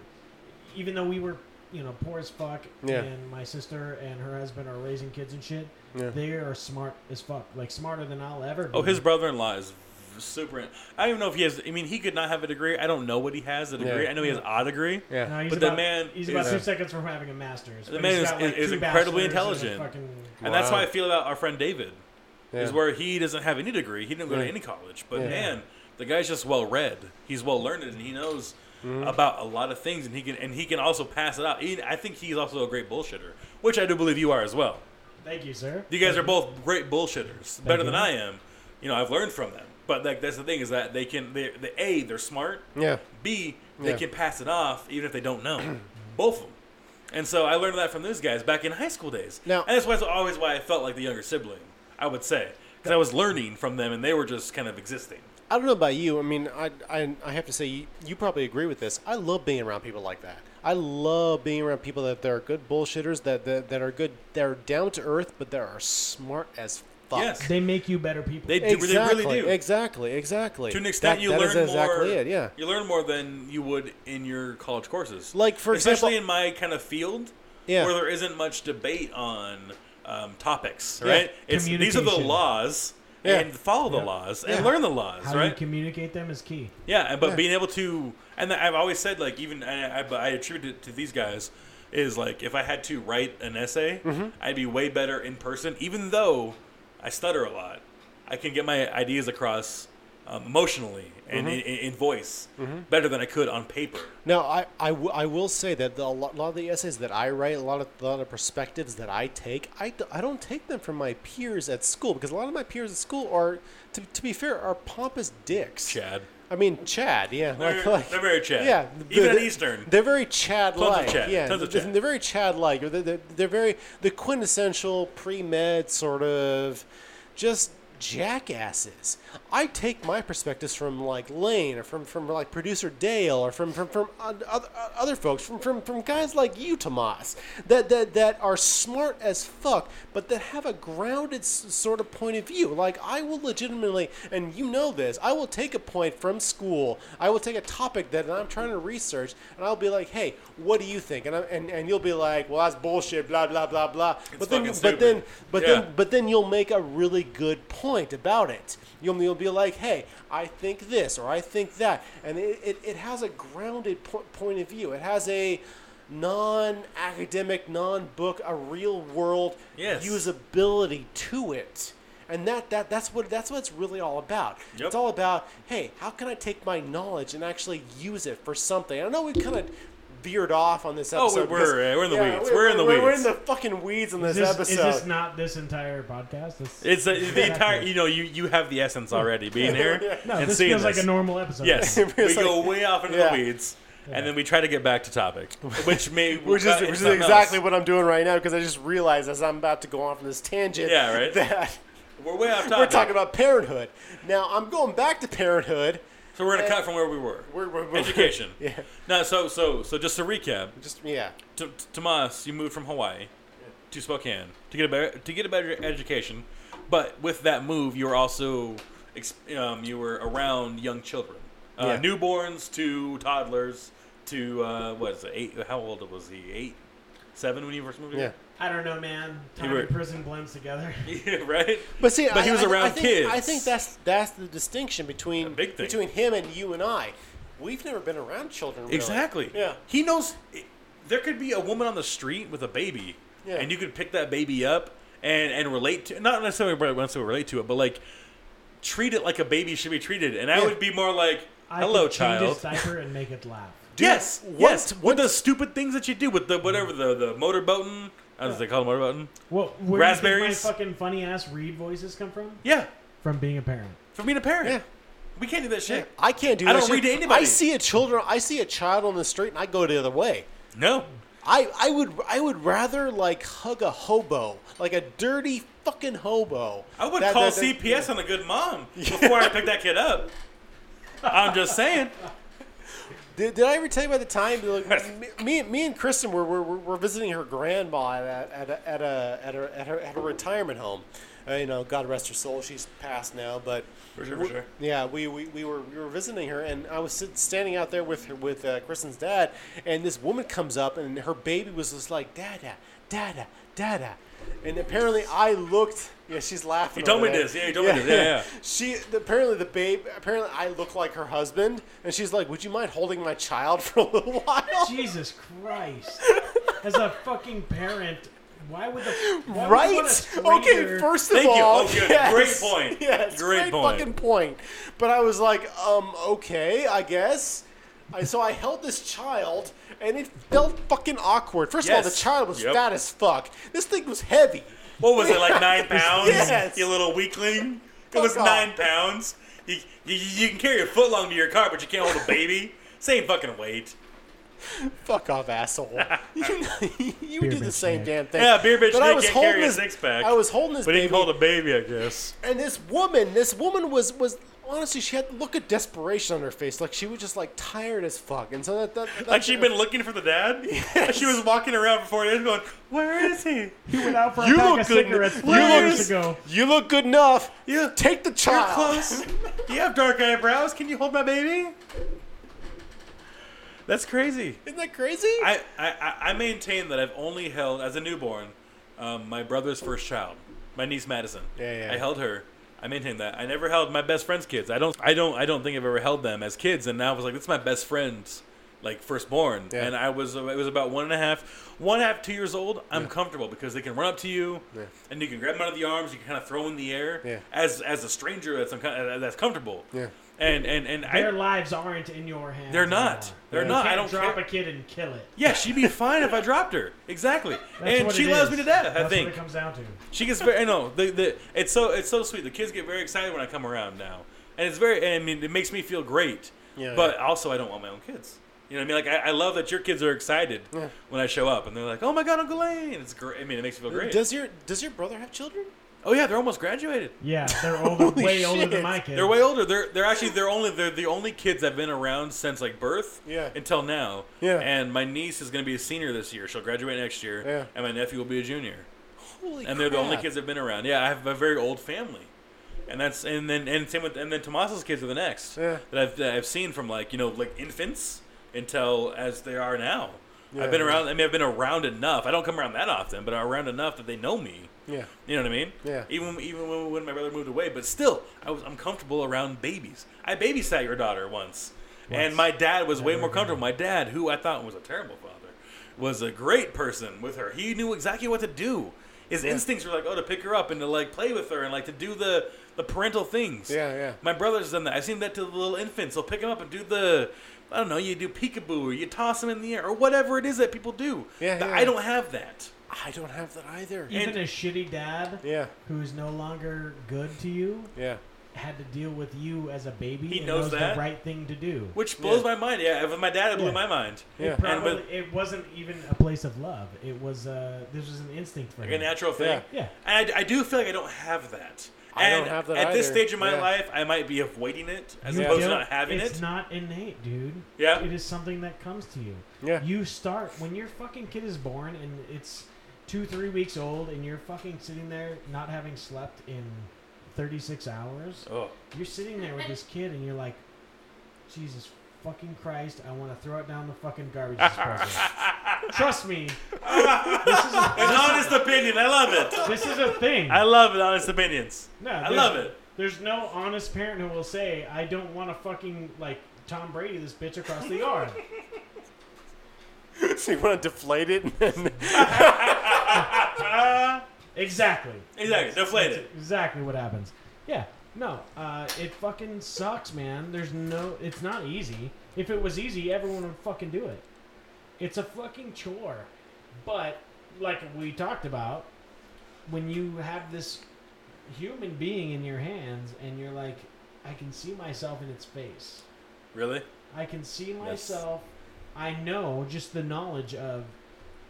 even though we were, you know, poor as fuck, Yeah. and my sister and her husband are raising kids and shit. Yeah. They are smart as fuck, like smarter than I'll ever be. Oh, his brother-in-law is v- super. I don't even know if he has. I mean, he could not have a degree. I don't know what he has a degree. Yeah. I know he has a degree. Yeah. No, he's But the about, man he's is- about two seconds from having a master's. The but man he's is- got, like, is two bachelors and incredibly a intelligent. fucking- And that's Wow. how I feel about our friend David, is Yeah. where he doesn't have any degree. He didn't go Yeah. to any college. But Yeah. man, the guy's just well read. He's well learned, and he knows Mm-hmm. about a lot of things. And he can and he can also pass it out. He, I think he's also a great bullshitter, which I do believe you are as well. Thank you, sir. You guys are both great bullshitters, better than you. I am. You know, I've learned from them. But like that's the thing is that they can. They, they a they're smart. Yeah. B, they Yeah. can pass it off even if they don't know. Both of them. And so I learned that from those guys back in high school days. Now- and that's why it's always why I felt like the younger sibling, I would say. Because I was learning from them and they were just kind of existing. I don't know about you. I mean, I, I, I have to say, you, you probably agree with this. I love being around people like that. I love being around people that that are good bullshitters, that, that, that are good, that are down to earth, but that are smart as fuck. Yes. They make you better people. They, do, they Exactly, really do. exactly, exactly. To an extent, That- you that learn is exactly more. it, yeah. You learn more than you would in your college courses. Like, for especially example- in my kind of field, Yeah. where there isn't much debate on um, topics. Yeah. Right? It's, these are the Communication. laws, Yeah. and follow the laws, and Yeah. learn the laws. How right? you communicate them is key. Yeah, and- but Yeah. being able to, and I've always said like even and I, I, but I attribute it to these guys is like if I had to write an essay, Mm-hmm. I'd be way better in person. Even though I stutter a lot, I can get my ideas across um, emotionally and Mm-hmm. in, in, in voice better than I could on paper. Now, I, I, w- I will say that the, a lot lot of the essays that I write, a lot of a lot of perspectives that I take, I, d- I don't take them from my peers at school because a lot of my peers at school are, to, to be fair, are pompous dicks. Chad, I mean, Chad, yeah. They're- like- like- they're very Chad. Yeah. Even they're- at Eastern. They're very Chad like. Chad, Yeah. tons of they're- Chad. They're very Chad like. They're, they're, they're very, the quintessential pre med sort of just jackasses. I take my perspectives from like Lane or from, from like producer Dale or from, from, from o- other, other folks, from, from, from guys like you, Tomas, that, that, that are smart as fuck, but that have a grounded s- sort of point of view. Like, I will legitimately, and you know this, I will take a point from school. I will take a topic that I'm trying to research, and I'll be like, hey, what do you think? And, I'm, and, and you'll be like, well, that's bullshit, blah, blah, blah, blah. but then, fucking but then, stupid. but Yeah. then, but then you'll make a really good point about it. You'll, you'll be like, hey, I think this or I think that. And it, it, it has a grounded po- point of view. It has a non academic, non book, a real world Yes. usability to it. And that, that that's what that's what it's really all about. Yep. It's all about, hey, how can I take my knowledge and actually use it for something? I know we kind of veered off on this Oh, we episode. were, because- yeah, we're in the weeds. we- We're in the We're in weeds. the fucking weeds in this, Is this, is episode. this not this entire podcast? This, it's a, the entire. Exactly. You know, you you have the essence Mm. already being here No, and this seeing feels this. like a normal episode. Yes, It we feels go like- way off into yeah. the weeds, and then we try to get back to topic, which may Which is, cut which into is something exactly else. what I'm doing right now because I just realized as I'm about to go off on this tangent Yeah, right. that we're way off topic. we're talking about parenthood. Now, I'm going back to parenthood. So we're gonna cut from where we were. We're- we're- we're- Education. Yeah. No. So so so just to recap, Just, yeah. T- T- Tomas, you moved from Hawaii to Spokane to get a better to get a better education, but with that move, you were also ex- um, you were around young children, uh, Yeah. newborns to toddlers to uh, what is it? Eight? How old was he? Eight, seven when you first moved Yeah. here? I don't know, man. Time were- in prison blends together. Yeah. right. But see, But I, he was I- around I think, kids. I think that's that's the distinction between A big thing. between him and you and I. We've never been around children. Really. Exactly. Yeah. He knows. There could be a woman on the street with a baby, Yeah. and you could pick that baby up and and relate to not necessarily not necessarily relate to it, but like treat it like a baby should be treated. And I Yeah. would be more like, I "Hello, could change child." his diaper and make it laugh. Dude, Yes, what, yes. What the stupid things that you do with the whatever the the motorboating? How does they call it motorboating? Well, where do you think Raspberries? my fucking funny ass read voices come from? Yeah, From being a parent. from being a parent. Yeah. We can't do that shit. I can't do I that don't shit. read to anybody. I see a children. I see a child on the street, and I go the other way. No. I, I would I would rather like hug a hobo, like a dirty fucking hobo. I would That- call that- that- CPS on a good mom before I pick that kid up. I'm just saying. Did, did I ever tell you about the time? Like, me, me and Kristen were, were, were visiting her grandma at, at, a, at, a, at, a, at, her, at her retirement home. Uh, you know, God rest her soul. She's passed now, but For sure, for we- sure. yeah, we, we, we were we were visiting her, and I was sit, standing out there with her, with uh, Kristen's dad, and this woman comes up, and her baby was just like Dada, Dada, Dada, and apparently I looked. Yeah, she's laughing. You told over me there. this. Yeah, you told me this. Yeah, yeah. She apparently the babe. Apparently, I look like her husband, and she's like, "Would you mind holding my child for a little while?" Jesus Christ. As a fucking parent, why would the why right? would you want a Okay. stranger- First of Thank you. all, Oh, good. yes. Great point. Yes, Great great, point. fucking point. But I was like, um, okay, I guess. I, so I held this child, and it felt fucking awkward. First of all, Yes. the child was Yep. fat as fuck. This thing was heavy. What was it like nine pounds? Yes. You little weakling. It Fuck was off. nine pounds. You, you, you can carry a foot long to your car, but you can't hold a baby. Same fucking weight. Fuck off, asshole. you you Beer do the bitch same Nick. damn thing. Yeah, beer bitch But I Nick was can't holding carry a this- six-pack. I was holding this But he baby. called a baby, I guess. and this woman, this woman was was honestly, she had the look of desperation on her face, like she was just like tired as fuck. And so that, that, that Like she'd been looking for the dad. Like she was walking around for four days, going, "Where is he? He went out for a You pack look of good. cigarettes You three years look- ago. You look good enough. Yeah. Take the You're child. close. Do you have dark eyebrows? Can you hold my baby?" That's crazy. Isn't that crazy? I, I, I- I maintain that I've only held as a newborn um, my brother's first child, my niece Madison. Yeah, yeah. I held her. I maintain that. I never held my best friend's kids. I don't I don't I don't think I've ever held them as kids. And now I was like, this is my best friend's like firstborn. Yeah. And I was it was about one and a half, one and a half, two years old. I'm comfortable because they can run up to you, Yeah. and you can grab them out of the arms. You can kind of throw in the air Yeah. as as a stranger that's unco- that's comfortable. Yeah. And and and Their I lives aren't in your hands. they're not anymore. they're Yeah. You not. can't I don't care. drop a kid and kill it. Yeah, she'd be fine if I dropped her. Exactly. That's and what she it is. loves me to death, I That's think. what it comes down to. She gets very I know, the, the it's so it's so sweet. The kids get very excited when I come around now. And it's very and I mean it makes me feel great. Yeah. but also I don't want my own kids. You know what I mean? Like I, I love that your kids are excited Yeah. when I show up and they're like, Oh my god, Uncle Lane It's great I mean it makes me feel great. Does your does your brother have children? oh yeah, they're almost graduated. Yeah, they're older, Holy way older shit. than my kids. They're way older. They're they're actually they're only they're the only kids I've been around since like birth. Yeah. Until now. Yeah. And my niece is gonna be a senior this year. She'll graduate next year. Yeah. And my nephew will be a junior. Holy and they're the only crap. kids I've been around. Yeah, I have a very old family, and that's and then and same with and then Tomasa's kids are the next Yeah. that I've that I've seen from like you know like infants until as they are now. Yeah. I've been around. I mean, I've been around enough. I don't come around that often, but I'm around enough that they know me. Yeah. You know what I mean? Yeah. Even even when, when my brother moved away, but still, I was I'm comfortable around babies. I babysat your daughter once, and my dad was way more comfortable. My dad, who I thought was a terrible father, was a great person with her. He knew exactly what to do. His instincts were like, oh, to pick her up and to like play with her and like to do the the parental things. Yeah, yeah. My brother's done that. I've seen that to the little infants. They'll pick them up and do the. I don't know. You do peekaboo, or you toss them in the air, or whatever it is that people do. Yeah, Th- yeah. I don't have that. I don't have that either. Even and- a shitty dad Yeah. who's no longer good to you Yeah. had to deal with you as a baby. He and knows that. the right thing to do. Which blows Yeah. my mind. Yeah, with my dad, it blew Yeah. my mind. Yeah. And Probably, with- it wasn't even a place of love. It was uh, this was an instinct for like a him. natural thing. Yeah. And I, I do feel like I don't have that. I don't And have that At this either. stage in my Yeah. life, I might be avoiding it as You opposed to don't- not having it's it. not innate, dude. Yeah. It is something that comes to you. Yeah. You start when your fucking kid is born and it's two, three weeks old, and you're fucking sitting there not having slept in 36 hours. oh, You're sitting there with this kid, and you're like, Jesus fucking Christ, I want to throw it down the fucking garbage disposal. Trust me, this is a, an honest opinion. I love it. this is a thing. I love it. Honest opinions. No, I there's- love it. There's no honest parent who will say, "I don't want to fucking like Tom Brady this bitch across the yard." so you want to deflate it? exactly. Exactly. Deflate That's it. Exactly what happens. Yeah, No, uh, it fucking sucks, man. There's no, it's not easy. If it was easy, everyone would fucking do it. It's a fucking chore. But, like we talked about, when you have this human being in your hands and you're like, I can see myself in its face. Really? I can see myself. I know just the knowledge of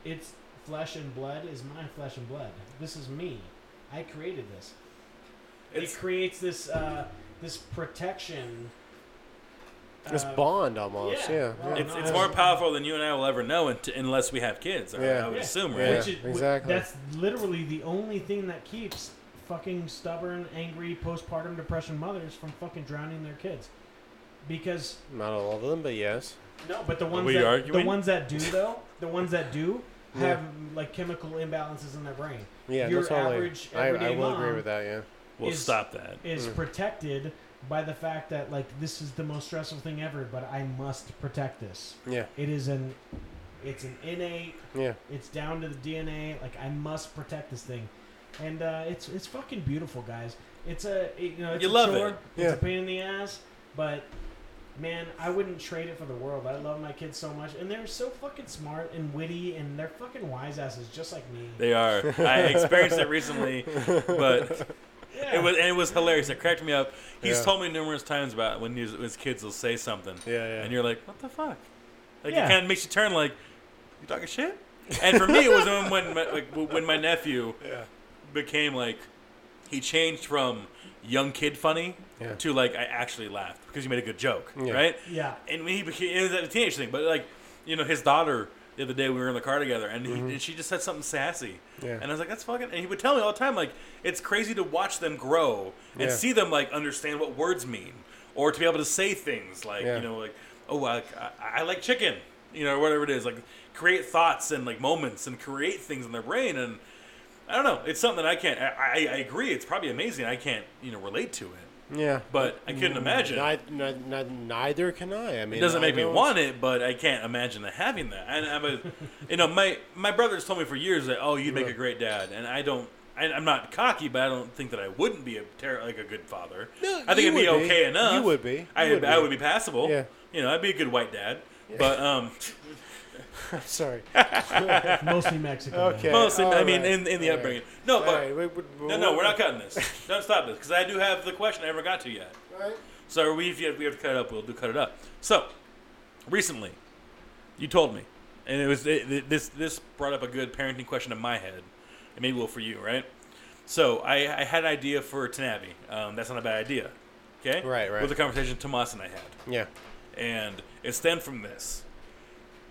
its flesh and blood is my flesh and blood. This is me. I created this It's it creates this uh, this protection. This uh, bond almost, yeah, yeah. well, yeah. it's, it's more powerful than you and I will ever know unt unless we have kids. I, Yeah. I would Yeah. assume, Yeah. right? which is, wh- exactly. That's literally the only thing that keeps fucking stubborn, angry, postpartum depression mothers from fucking drowning their kids. Because Not all of them, but yes. no, but the ones we that arguing? the ones that do though, the ones that do Yeah. have like chemical imbalances in their brain. Yeah, Your that's all I- average I, I, everyday will agree mom with that, yeah. We'll is- stop that. is Hmm. protected by the fact that like this is the most stressful thing ever, but I must protect this. Yeah, It is an it's an innate. yeah. It's down to the DNA. Like I must protect this thing, and uh, it's it's fucking beautiful, guys. It's a it- you know it's You a love chore. it. It's a Yeah. pain in the ass, but man, I wouldn't trade it for the world. I love my kids so much, and they're so fucking smart and witty, and they're fucking wise asses just like me. They are. I experienced it recently, but Yeah. it was and it was hilarious. It cracked me up. He's Yeah. told me numerous times about when his, his kids will say something, Yeah, yeah. and you're like, "What the fuck?" Like Yeah. it kind of makes you turn, like, "You talking shit?" And for me, it was when when my, like, w- when my nephew Yeah. became like he changed from young kid funny Yeah. to like I actually laughed because you made a good joke, Yeah. right? yeah. and when he became it was a teenage thing, but like you know, his daughter the other day we were in the car together, and, he, and she just said something sassy, Mm-hmm. Yeah. and I was like, "That's fucking." And he would tell me all the time, like, it's crazy to watch them grow and Yeah. see them like understand what words mean, or to be able to say things like Yeah. you know, like, "Oh, I, I, I like chicken," you know, or whatever it is, like create thoughts and like moments and create things in their brain and. I don't know. It's something that I can't. I, I, I agree. It's probably amazing. I can't, you know, relate to it. Yeah. But I Mm, couldn't imagine. Neither, neither, neither can I. I mean, It doesn't I make me know want it, but I can't imagine having that. And I'm a, you know, my my brothers told me for years that oh, you'd make a great dad, and I don't. I, I'm not cocky, but I don't think that I wouldn't be a ter- like a good father. No, I think you I'd be would be. okay enough. You would be. You I, would I be. would be passable. Yeah. You know, I'd be a good white dad. But um, it's- Sorry. Mostly Mexican. Okay. mostly, I all mean, right, in, in the all upbringing. right. No, All but right, we- we- no, no, we're not cutting this. Don't stop this because I do have the question I never got to yet. all right. So we if you have, we have to cut it up, we'll do cut it up. So recently, you told me, and it was it, it- this this brought up a good parenting question in my head, and maybe will for you, right? So I, I had an idea for Tanabe. Um, that's not a bad idea. Okay, Right, right. With the conversation Tomas and I had, Yeah. and it stemmed from this.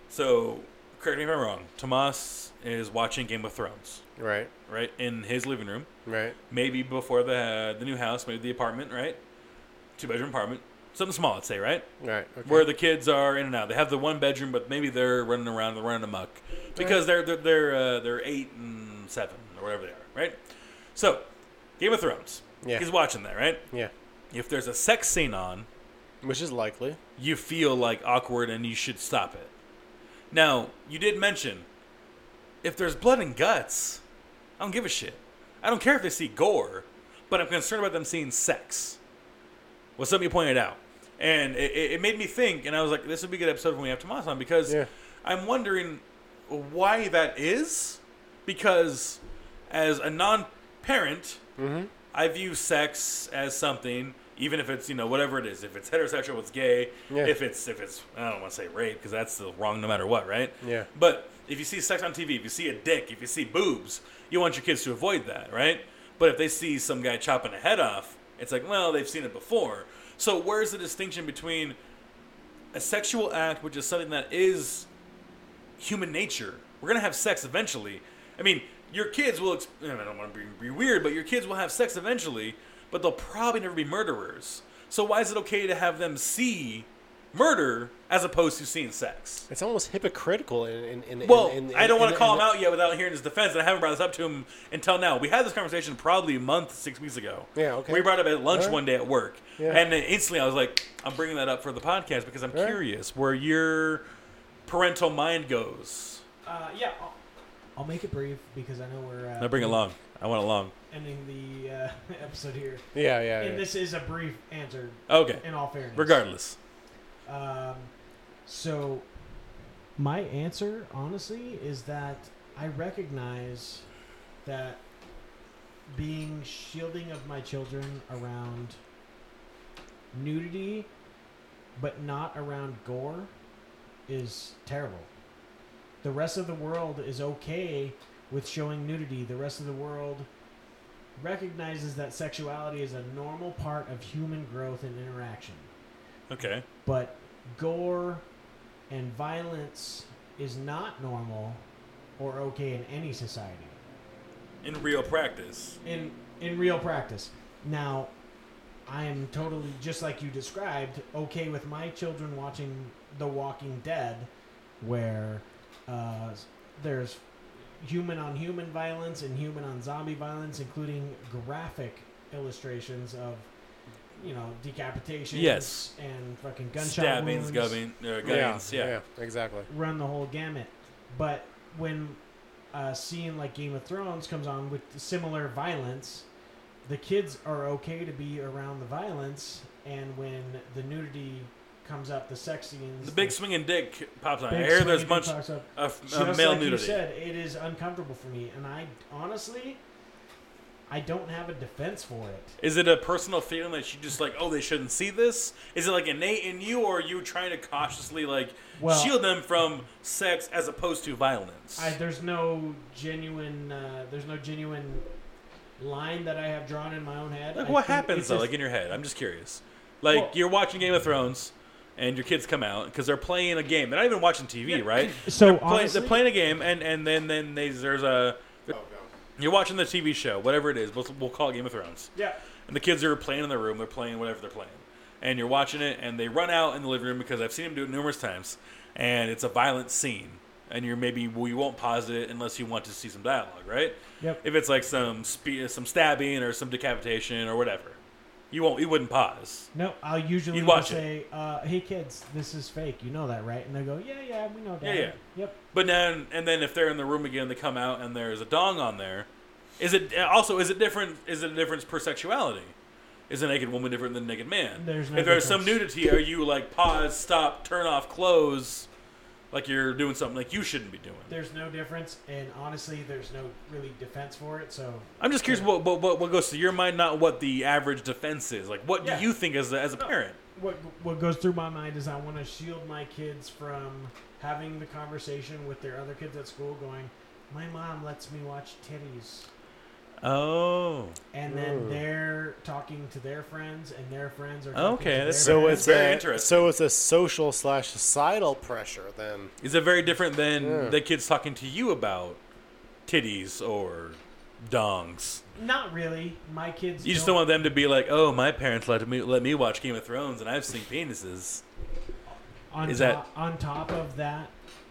So correct me if I'm wrong. Tomas is watching Game of Thrones, Right. right, in his living room Right. maybe before the the new house, maybe the apartment, right? Two bedroom apartment, something small, I'd say, right? Right. Okay. Where the kids are in and out. They have the one bedroom, but maybe they're running around, they're running amok because they're they're they're, uh, they're eight and seven or whatever they are, right? So, Game of Thrones. Yeah. He's watching that, right? yeah. If there's a sex scene on, Which is likely. you feel like awkward and you should stop it. Now, you did mention if there's blood and guts, I don't give a shit. I don't care if they see gore, but I'm concerned about them seeing sex. Was something you pointed out. And it, it it made me think, and I was like, this would be a good episode when we have Tomas on because Yeah. I'm wondering why that is. Because as a non parent, Mm-hmm. I view sex as something, even if it's you know whatever it is, if it's heterosexual, it's gay. Yeah. If it's if it's I don't want to say rape because that's still wrong no matter what, right? Yeah. But if you see sex on TV, if you see a dick, if you see boobs, you want your kids to avoid that, right? But if they see some guy chopping a head off, it's like well they've seen it before. So where's the distinction between a sexual act, which is something that is human nature. We're gonna have sex eventually. I mean, your kids will. Ex- I don't want to be, be weird, but your kids will have sex eventually. But they'll probably never be murderers. So why is it okay to have them see murder as opposed to seeing sex? It's almost hypocritical. In, in, in Well, in, in, I don't in- want to in- call in- him out yet without hearing his defense, and I haven't brought this up to him until now. We had this conversation probably a month, six weeks ago. Yeah, okay. We brought it up at lunch Alright. one day at work, Yeah. and then instantly I was like, I'm bringing that up for the podcast because I'm Alright. curious where your parental mind goes. Uh, yeah, I'll make it brief because I know we're uh, Now bring it along. I want it long. ending the uh, episode here. Yeah, yeah. yeah. And this is a brief answer, Okay. in all fairness. Regardless. Um, so, my answer, honestly, is that I recognize that being shielding of my children around nudity, but not around gore, is terrible. The rest of the world is okay with showing nudity. The rest of the world recognizes that sexuality is a normal part of human growth and interaction Okay. but gore and violence is not normal or okay in any society In real practice. in in real practice now i am totally just like you described okay with my children watching the walking dead where uh, there's human on human violence and human on zombie violence including graphic illustrations of you know decapitations Yes. and fucking gunshot wounds Stabbings, gubbing, uh, gubbings, yeah. exactly. run the whole gamut. But when a scene like Game of Thrones comes on with similar violence, the kids are okay to be around the violence, and when the nudity comes up, the sex scenes, The big swinging dick pops on. big I hear there's swinging much talks up, of just uh, male like you nudity. said, it is uncomfortable for me, and I honestly, I don't have a defense for it. Is it a personal feeling that you just like, oh, they shouldn't see this? Is it like innate in you, or are you trying to cautiously like Well- shield them from sex as opposed to violence? I, there's no genuine. Uh, there's no genuine line that I have drawn in my own head. like, I what think happens it's though, just- like in your head? I'm just curious. Like, Well- you're watching Game of Thrones, and your kids come out because they're playing a game. They're not even watching TV, right? So they're, play- honestly- they're playing a game, and and then then they, there's a you're watching the TV show, whatever it is. We'll, we'll call it Game of Thrones. Yeah. And the kids are playing in their room. They're playing whatever they're playing. And you're watching it, and they run out in the living room because I've seen them do it numerous times. And it's a violent scene. And you're maybe, well, you won't pause it unless you want to see some dialogue, right? Yep. If it's like some spe- some stabbing or some decapitation or whatever, you won't, you wouldn't pause. No, I'll usually You'd watch just say, uh, "Hey kids, this is fake. You know that, right?" And they go, "Yeah, yeah, we know that. Yeah, yeah. Yep. But then, and then if they're in the room again, they come out and there's a dong on there. Is it also is it different? Is it a difference per sexuality? Is a naked woman different than a naked man? There's no if there's some difference. nudity, are you like pause, stop, turn off, close, like you're doing something like you shouldn't be doing? There's no difference, and honestly, there's no really defense for it. So I'm just curious what, what what what goes to your mind, not what the average defense is. Like, what Yeah. do you think as a, as a parent? what what goes through my mind is I want to shield my kids from having the conversation with their other kids at school, going, "My mom lets me watch titties." Oh, And then Ooh. they're talking to their friends, and their friends are talking Okay, To that's their So friends. it's Very a, interesting. So it's a social slash societal pressure then. is it very different than Yeah. the kids talking to you about titties or dongs? not really. My kids. You just don't want them to be like, "Oh, my parents let me let me watch Game of Thrones, and I've seen penises." on is top, on top of that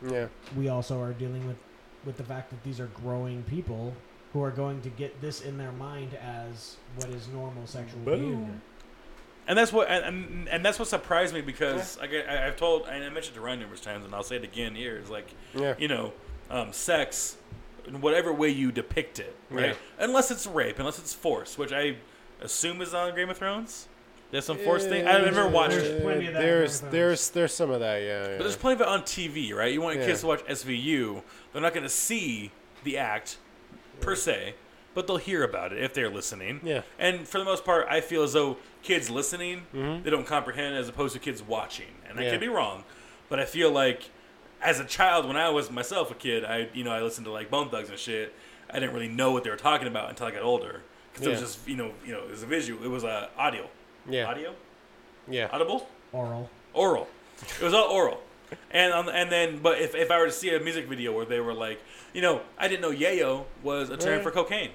Yeah. we also are dealing with with the fact that these are growing people who are going to get this in their mind as what is normal sexual Boom. behavior. And that's what and, and, and that's what surprised me because I get- I, I've told and I mentioned to Ryan numerous times, and I'll say it again here is like, Yeah. you know, um, sex, in whatever way you depict it, right? Unless it's rape, unless it's force, which I assume is on Game of Thrones. There's some force thing. I never watched. There's plenty of that in There's Game of there's there's some of that, yeah. yeah. But there's plenty of it on TV, right? You want your Yeah. kids to watch SVU, they're not going to see the act per se, but they'll hear about it if they're listening. Yeah. And for the most part, I feel as though kids listening, they don't comprehend as opposed to kids watching. And Mm-hmm. I Yeah. could be wrong, but I feel like as a child, when I was myself a kid, I you know I listened to like Bone Thugs and shit. I didn't really know what they were talking about until I got older because it Yeah. was just you know you know it was a visual, it was a audio, yeah. audio, Yeah. audible Oral. oral. It was all oral. And on, and then, but if, if I were to see a music video where they were like, you know, I didn't know yayo was a term Yeah. for cocaine.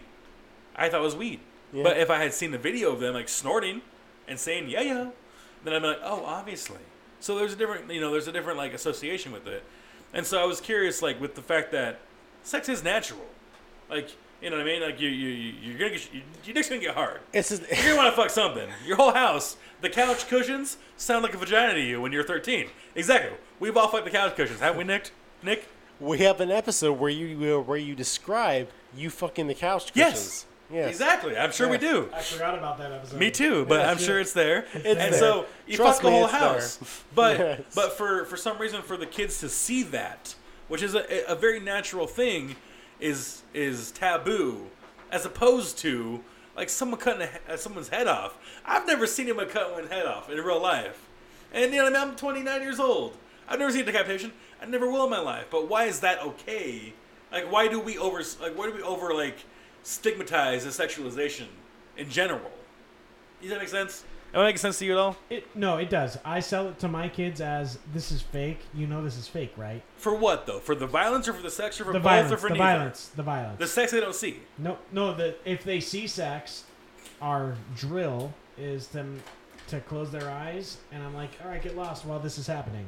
I thought it was weed. Yeah. But if I had seen the video of them like snorting and saying yayo, then I'm like, oh, obviously. So there's a different, you know, there's a different like association with it. And so I was curious, like, with the fact that sex is natural. Like, you know what I mean? Like, you you you- you're gonna get you, your dick's gonna get hard. It's just, You're gonna want to fuck something. Your whole house, the couch cushions sound like a vagina to you when you're 13. Exactly. We've all fucked the couch cushions, haven't we, Nick? Nick, We have an episode where you uh, where you describe you fucking the couch Yes. cushions. Yes. Exactly. I'm sure we Yeah. do. I forgot about that episode. Me too, but I'm sure it's there. and there. so you Trust fuck the me, whole it's house. there. But Yes. but for for some reason for the kids to see that, which is a, a very natural thing, is is taboo, as opposed to like someone cutting a, he- uh, someone's head off. I've never seen anyone cut one's head off in real life, and you know what I mean. I'm 29 years old. I've never seen a decapitation. I never will in my life. But why is that okay? Like why do we over like why do we over like stigmatize the sexualization in general? Does that make sense? Am I making sense to you at all? It, no, it does. I sell it to my kids as this is fake. You know this is fake, right? For what though? For the violence or for the sex or for The both violence, or for the neither? violence, the violence. The sex they don't see. No, no. The if they see sex, our drill is to to close their eyes, and I'm like, all right, get lost while this is happening.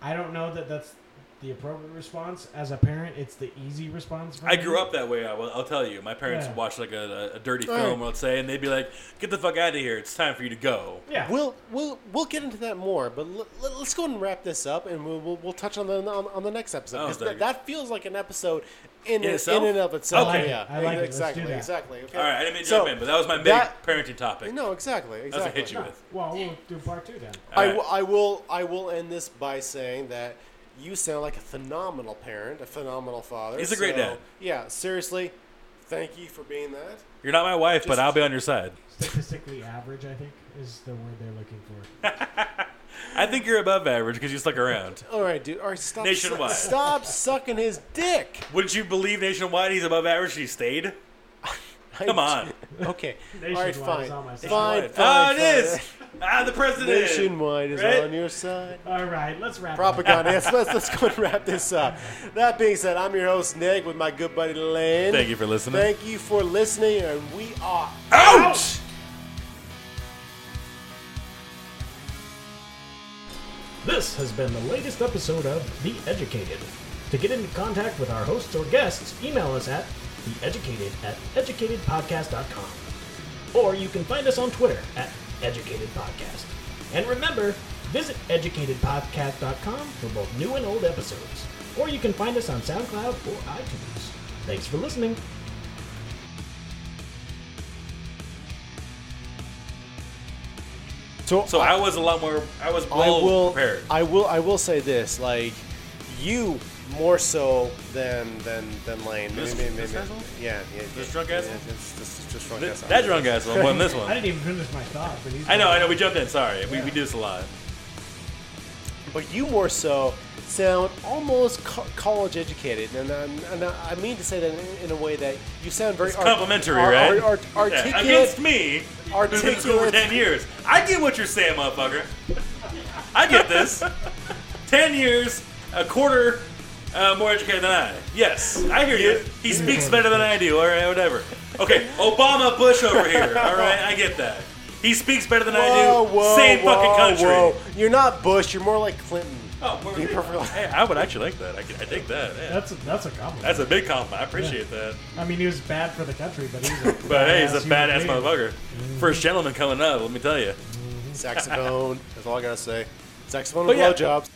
I don't know that that's the appropriate response as a parent. It's the easy response. For I me. grew up that way. I will, I'll tell you. My parents Yeah. watched like a, a dirty Right. film, let's say, and they'd be like, "Get the fuck out of here! It's time for you to go." Yeah. We'll we'll we'll get into that more, but l- l- let's go and wrap this up, and we'll we'll, we'll touch on the on, on the next episode Oh, because there that, you that feels like an episode in In in, itself? and of itself. I like it. yeah, I like it. Let's exactly, do that. exactly. Okay. All right, I didn't mean to So, jump in, but that was my big that- parenting topic. No, exactly, exactly. That's what hit you No, with. Well, we'll do part two then. I, All right. w- I will I will end this by saying that you sound like a phenomenal parent, a phenomenal father. He's a great so, dad. Yeah, seriously, thank you for being that. You're not my wife, but Just- I'll be on your side. Statistically average, I think, is the word they're looking for. I think you're above average because you stuck around. All right, dude. All right, stop. Nationwide. Stop sucking his dick. Wouldn't you believe nationwide he's above average? He stayed. Come on. Okay. All Nationwide right, fine. is on my side. Fine, fine. ah, it fine. is. Ah, the president. Nationwide is Right? on your side. All right, let's wrap. it up. Propaganda. yes, let's let's go and wrap this up. That being said, I'm your host Nick with my good buddy Lane. Thank you for listening. Thank you for listening, and we are Ouch! This has been the latest episode of The Educated. To get into contact with our hosts or guests, email us at theeducated at educatedpodcast.com. Or you can find us on Twitter at educatedpodcast. And remember, visit educatedpodcast.com for both new and old episodes. Or you can find us on SoundCloud or iTunes. Thanks for listening. So I was a lot more. I was I well will. prepared. I will. I will say this: like you more so than than than Lane. This- Maybe- this maybe- asshole? yeah, yeah. This yeah, drunk yeah, asshole? This, this, this drunk Th- asshole. that drunk asshole wasn't this one. didn't even finish my thought. I know, I know. We jumped in. Sorry, we, we do this a lot. But you more so sound almost co- college educated, and, i and I I mean to say that in, in a way that you sound very art- Complimentary, art- right? art- art- Yeah, articulate. Against me, who's been in school for articulate- ten years. I get what you're saying, motherfucker. I get this. ten years, a quarter uh, more educated than I. Yes, I hear you. He speaks better than I do. All right, whatever. Okay, Obama Bush over here. All right, I get that. He speaks better than Whoa, I do. whoa, Same fucking whoa, country. whoa. You're not Bush. You're more like Clinton. Oh, we're- Be perfectly- hey, I would actually like that. I, could- I dig that. yeah. That's a, that's a compliment. That's a big compliment. I appreciate that. I mean, he was bad for the country, but he's a But hey, he's badass a human badass being. motherfucker. First gentleman coming up, let me tell you. Saxophone. That's all I gotta say. Saxophone But and yeah. blowjobs.